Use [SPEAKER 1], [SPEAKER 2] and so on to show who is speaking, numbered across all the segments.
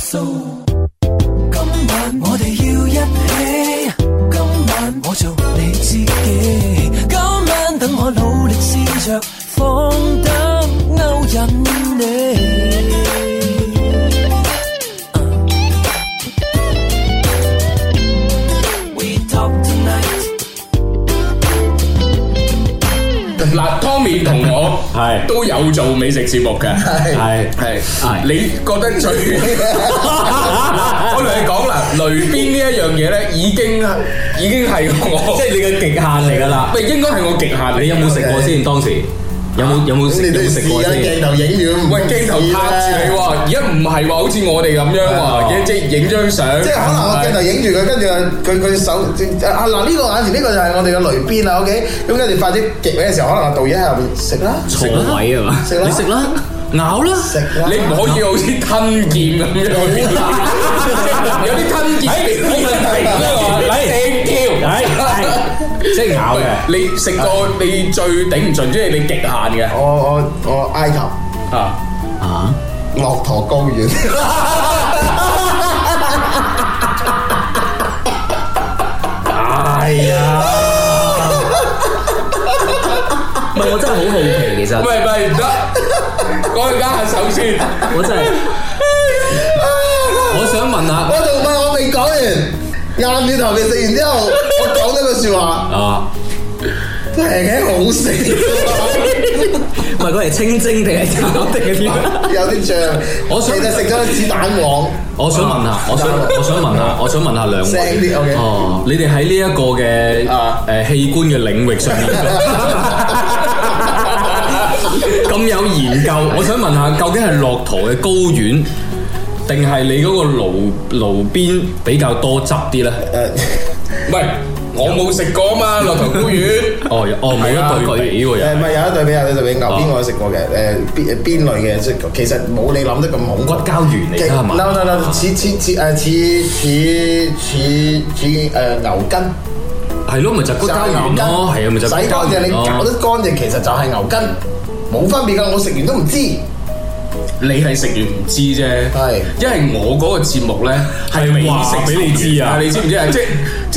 [SPEAKER 1] 素。今晚我哋要一起，今晚我做你知己。今晚等我努力試着放膽勾引你。We talk tonight.
[SPEAKER 2] 嗱，Tommy 同我
[SPEAKER 3] 係
[SPEAKER 2] 都有做美食節目嘅，
[SPEAKER 3] 係
[SPEAKER 2] 係
[SPEAKER 3] 係
[SPEAKER 2] 你覺得最 我同你講啦，雷邊呢一樣嘢咧，已經係已經係我
[SPEAKER 3] 即係你嘅極限嚟㗎啦。
[SPEAKER 2] 喂，應該係我極限。
[SPEAKER 3] 你有冇食過先？當時有冇有冇食有冇食過先？啊
[SPEAKER 4] 你哋試啊，鏡頭影住，唔
[SPEAKER 2] 喂，鏡頭拍住你喎，而家唔係話好似我哋咁樣喎，即係影張相。
[SPEAKER 4] 試啊。即係可能我鏡頭影住佢，跟住佢-佢手-啊，嗱，呢個眼前呢個就係我哋嘅雷邊啊，OK？咁跟住快啲極嘅時候，可能個導演喺後面，食啦，食啦，
[SPEAKER 3] 坐位啊嘛，
[SPEAKER 4] 食啦
[SPEAKER 3] 你食啦，咬啦。
[SPEAKER 4] 食啦。
[SPEAKER 2] 你唔可以好似吞劍咁樣，有啲吞劍
[SPEAKER 3] 係
[SPEAKER 2] 係
[SPEAKER 3] 係即係咬嘅。
[SPEAKER 2] 你食過你最頂唔順，即係你極限嘅
[SPEAKER 4] 我-我-
[SPEAKER 2] 啊！
[SPEAKER 3] 啊！
[SPEAKER 4] 我埃及駱駝高原。
[SPEAKER 3] 哎呀！唔係，我真係好好奇，其
[SPEAKER 2] 唔
[SPEAKER 3] 實
[SPEAKER 2] 係唔係唔得，我家下手先。
[SPEAKER 3] 我真係， 我想問下
[SPEAKER 4] 我仲唔係我未講完，晏段頭你食完之後，我講咗句説話，
[SPEAKER 3] 啊，
[SPEAKER 4] 平嘅 好食，
[SPEAKER 3] 唔係佢係清蒸定係炒定係點？
[SPEAKER 4] 有啲醬。
[SPEAKER 3] 我想
[SPEAKER 4] 其實食咗啲子蛋黃，
[SPEAKER 3] 我想問下，我想我想問下，我想問下兩
[SPEAKER 4] 聲啲
[SPEAKER 3] 位
[SPEAKER 4] ，OK
[SPEAKER 3] 哦，你哋喺呢一個嘅
[SPEAKER 2] 啊
[SPEAKER 3] 誒器官嘅領域上 面咁有研究，我想問下，究竟係駱駝嘅睾丸，定係你嗰個驢驢邊比較多汁啲咧？
[SPEAKER 2] 唔係，我冇食過啊嘛，落頭菇丸。
[SPEAKER 3] 哦，哦，冇一哦對比喎，又
[SPEAKER 4] 誒唔係有一對比有一對比牛邊我都食過嘅，誒邊邊類嘅，即係其實冇你諗得咁恐
[SPEAKER 3] 骨
[SPEAKER 4] 怖。
[SPEAKER 3] 膠原嚟㗎係嘛？
[SPEAKER 4] no no no，似似似誒似似似似誒牛筋，
[SPEAKER 3] 係咯，咪就係骨
[SPEAKER 4] 就
[SPEAKER 3] 膠
[SPEAKER 4] 係
[SPEAKER 3] 原
[SPEAKER 4] 牛筋
[SPEAKER 3] 咯，係啊，咪就係
[SPEAKER 4] 洗乾
[SPEAKER 3] 骨膠
[SPEAKER 4] 淨，
[SPEAKER 3] 原
[SPEAKER 4] 你
[SPEAKER 3] 咯
[SPEAKER 4] 搞得乾淨，其實就係牛筋，冇分別㗎。我食完都唔知，
[SPEAKER 2] 你係食完唔知啫，
[SPEAKER 4] 係
[SPEAKER 2] 因為我嗰個節目咧係
[SPEAKER 3] 係
[SPEAKER 2] 美
[SPEAKER 3] 話
[SPEAKER 2] 食
[SPEAKER 3] 俾你知
[SPEAKER 2] 節
[SPEAKER 3] 啊
[SPEAKER 2] 目你知唔知啊？即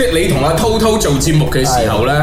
[SPEAKER 2] 即你同阿滔滔做節目嘅時候咧，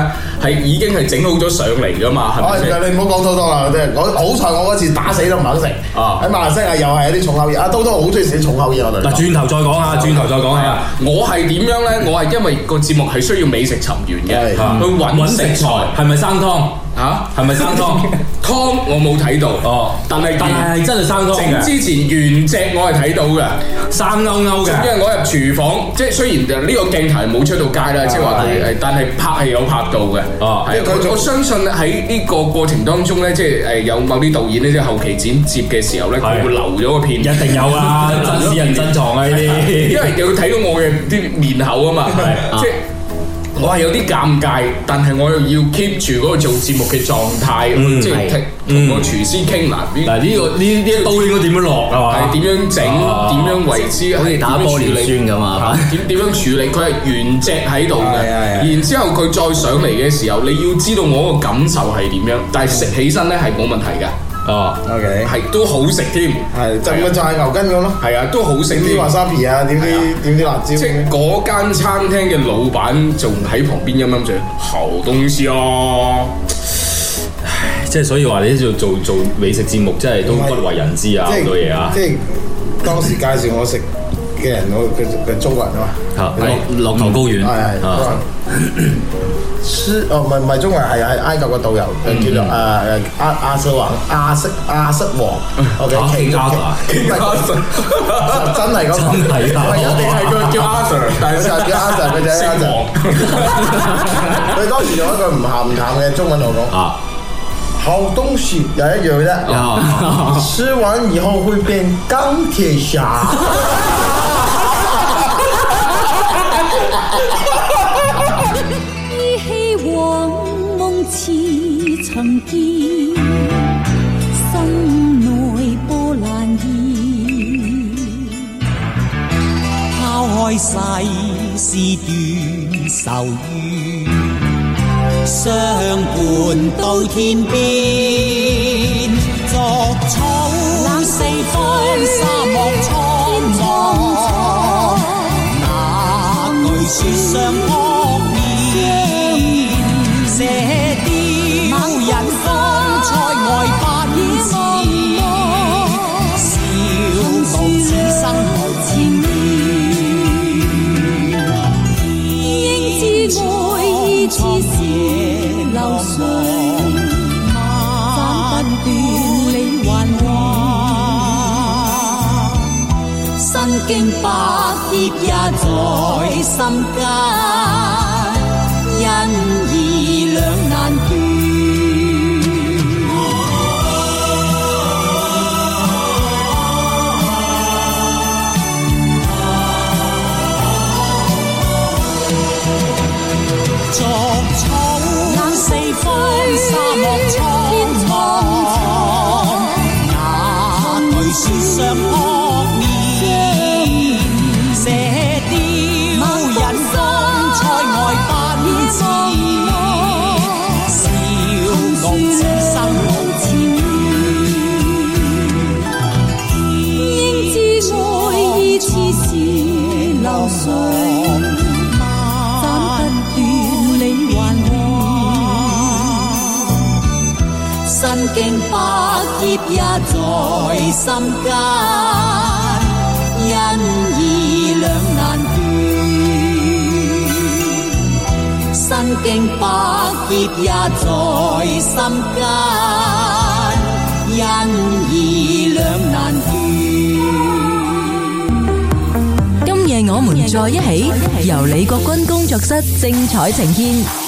[SPEAKER 2] 係已經係整好咗上嚟噶嘛，哦係
[SPEAKER 4] 我
[SPEAKER 2] 咪先？
[SPEAKER 4] 哎你唔好講多多啦，即係我好彩我嗰次打死都唔肯食。
[SPEAKER 2] 啊
[SPEAKER 4] 喺馬來西亞又係有啲重口嘢，阿刀刀好中意食啲重口嘢我哋。
[SPEAKER 3] 嗱，轉頭再講啊，轉頭再講
[SPEAKER 2] 係
[SPEAKER 3] 啊
[SPEAKER 2] 啊。，我係點樣咧？我係因為個節目係需要美食尋源嘅，
[SPEAKER 4] 係
[SPEAKER 2] 去
[SPEAKER 3] 嗯
[SPEAKER 2] 揾食材
[SPEAKER 3] 係咪生湯？
[SPEAKER 2] 嚇。
[SPEAKER 3] 係咪生湯？
[SPEAKER 2] 湯我冇睇到，
[SPEAKER 3] 哦
[SPEAKER 2] 但係
[SPEAKER 3] 但係係真係生湯
[SPEAKER 2] 整
[SPEAKER 3] 嘅，
[SPEAKER 2] 之前原隻我係睇到嘅，
[SPEAKER 3] 生勾
[SPEAKER 2] 因
[SPEAKER 3] 勾嘅。
[SPEAKER 2] 為我入廚房，即係雖然呢個鏡頭係冇出到街啦，即係話佢誒，但係拍係有拍到嘅。
[SPEAKER 3] 啊哦
[SPEAKER 2] 係啊我我相信喺呢個過程當中咧，即係誒有某啲導演呢，即係後期剪接嘅時候咧，
[SPEAKER 3] 係
[SPEAKER 2] 佢會留咗個片
[SPEAKER 3] 一。定有啊，真是人珍藏啊 呢
[SPEAKER 2] 因
[SPEAKER 3] 啲。
[SPEAKER 2] 為有睇到我嘅啲面口 啊嘛，即係我係有啲尷尬，但係我又要 keep 住嗰個做節目嘅狀態，
[SPEAKER 3] 嗯
[SPEAKER 2] 即係
[SPEAKER 3] 係
[SPEAKER 2] 同同個廚師傾嗱，
[SPEAKER 3] 嗱呢個呢呢一刀應該點樣落啊？
[SPEAKER 2] 係點樣整，
[SPEAKER 3] 啊
[SPEAKER 2] 點樣為之，
[SPEAKER 5] 好似
[SPEAKER 2] 係
[SPEAKER 5] 打
[SPEAKER 2] 點樣
[SPEAKER 5] 玻
[SPEAKER 2] 處理
[SPEAKER 5] 尿酸咁啊！
[SPEAKER 2] 點點樣處理？佢係原隻喺度嘅，
[SPEAKER 4] 係啊係係
[SPEAKER 2] 然之後佢再上嚟嘅時候，你要知道我個感受係點樣，但係
[SPEAKER 4] 嗯
[SPEAKER 2] 食起身咧係冇問題嘅，
[SPEAKER 3] 哦，
[SPEAKER 4] OK，
[SPEAKER 2] 係都好食添，
[SPEAKER 4] 係就咪就係牛筋咁咯，
[SPEAKER 2] 係啊，都好食
[SPEAKER 4] 嗯整啲
[SPEAKER 2] 添。
[SPEAKER 4] wasabi 啊，點
[SPEAKER 2] 係啊
[SPEAKER 4] 啲點啲辣椒
[SPEAKER 2] 即係
[SPEAKER 4] 咁樣。
[SPEAKER 2] 嗰間餐廳嘅老闆仲喺旁邊陰陰嘴，好東西
[SPEAKER 4] 啊
[SPEAKER 2] 哦。
[SPEAKER 3] 即係所以話你做做做美食節目，真係都不為人知啊
[SPEAKER 4] 即
[SPEAKER 3] 好多嘢啊
[SPEAKER 4] 即。係當時介紹我食嘅人，我佢佢中國人啊
[SPEAKER 3] 嚇
[SPEAKER 4] 嘛，
[SPEAKER 3] 落落頭高原
[SPEAKER 4] 係係佢話
[SPEAKER 3] 啊，
[SPEAKER 4] 斯哦唔係唔係中國人，係係埃及嘅導遊，
[SPEAKER 3] 嗯
[SPEAKER 4] 佢叫做誒誒阿阿瑟王亞瑟亞瑟王，OK，
[SPEAKER 3] 啊
[SPEAKER 4] 其
[SPEAKER 3] 傾家
[SPEAKER 4] 其
[SPEAKER 3] 啊
[SPEAKER 4] 其真係咁講，
[SPEAKER 3] 真係哦啊
[SPEAKER 4] 喂一定係佢叫阿 Sir，但哦係啊就叫阿 Sir，佢就係阿 Sir。佢當時用一句唔鹹唔淡嘅中文同我講，
[SPEAKER 3] 啊
[SPEAKER 4] 好東西有一樣啫，
[SPEAKER 3] 啊！
[SPEAKER 4] 吃完以後會變鋼鐵俠。
[SPEAKER 6] 依稀往夢似曾見，心內波瀾現。
[SPEAKER 7] 抛开世事段愁怨，相伴到天边。作草四方，沙漠苍茫。惡面，射雕人方塞外奔驰，笑傲此生無千年。
[SPEAKER 6] 英姿愛意似是流水斬不斷你幻
[SPEAKER 7] 幻，
[SPEAKER 6] 身經百劫也在心間，因义兩難斷。
[SPEAKER 7] 作草四方沙漠蒼茫，那句説上惡面，射雕人方塞外奔驰，笑傲此生無千年。
[SPEAKER 6] 英姿愛意似是流水，斬不斷你幻念。身經百劫也在心間，因義兩難斷。身經百劫也在心間，因義兩難斷。
[SPEAKER 5] 今夜我们在一起，由李国君工作室精彩呈现。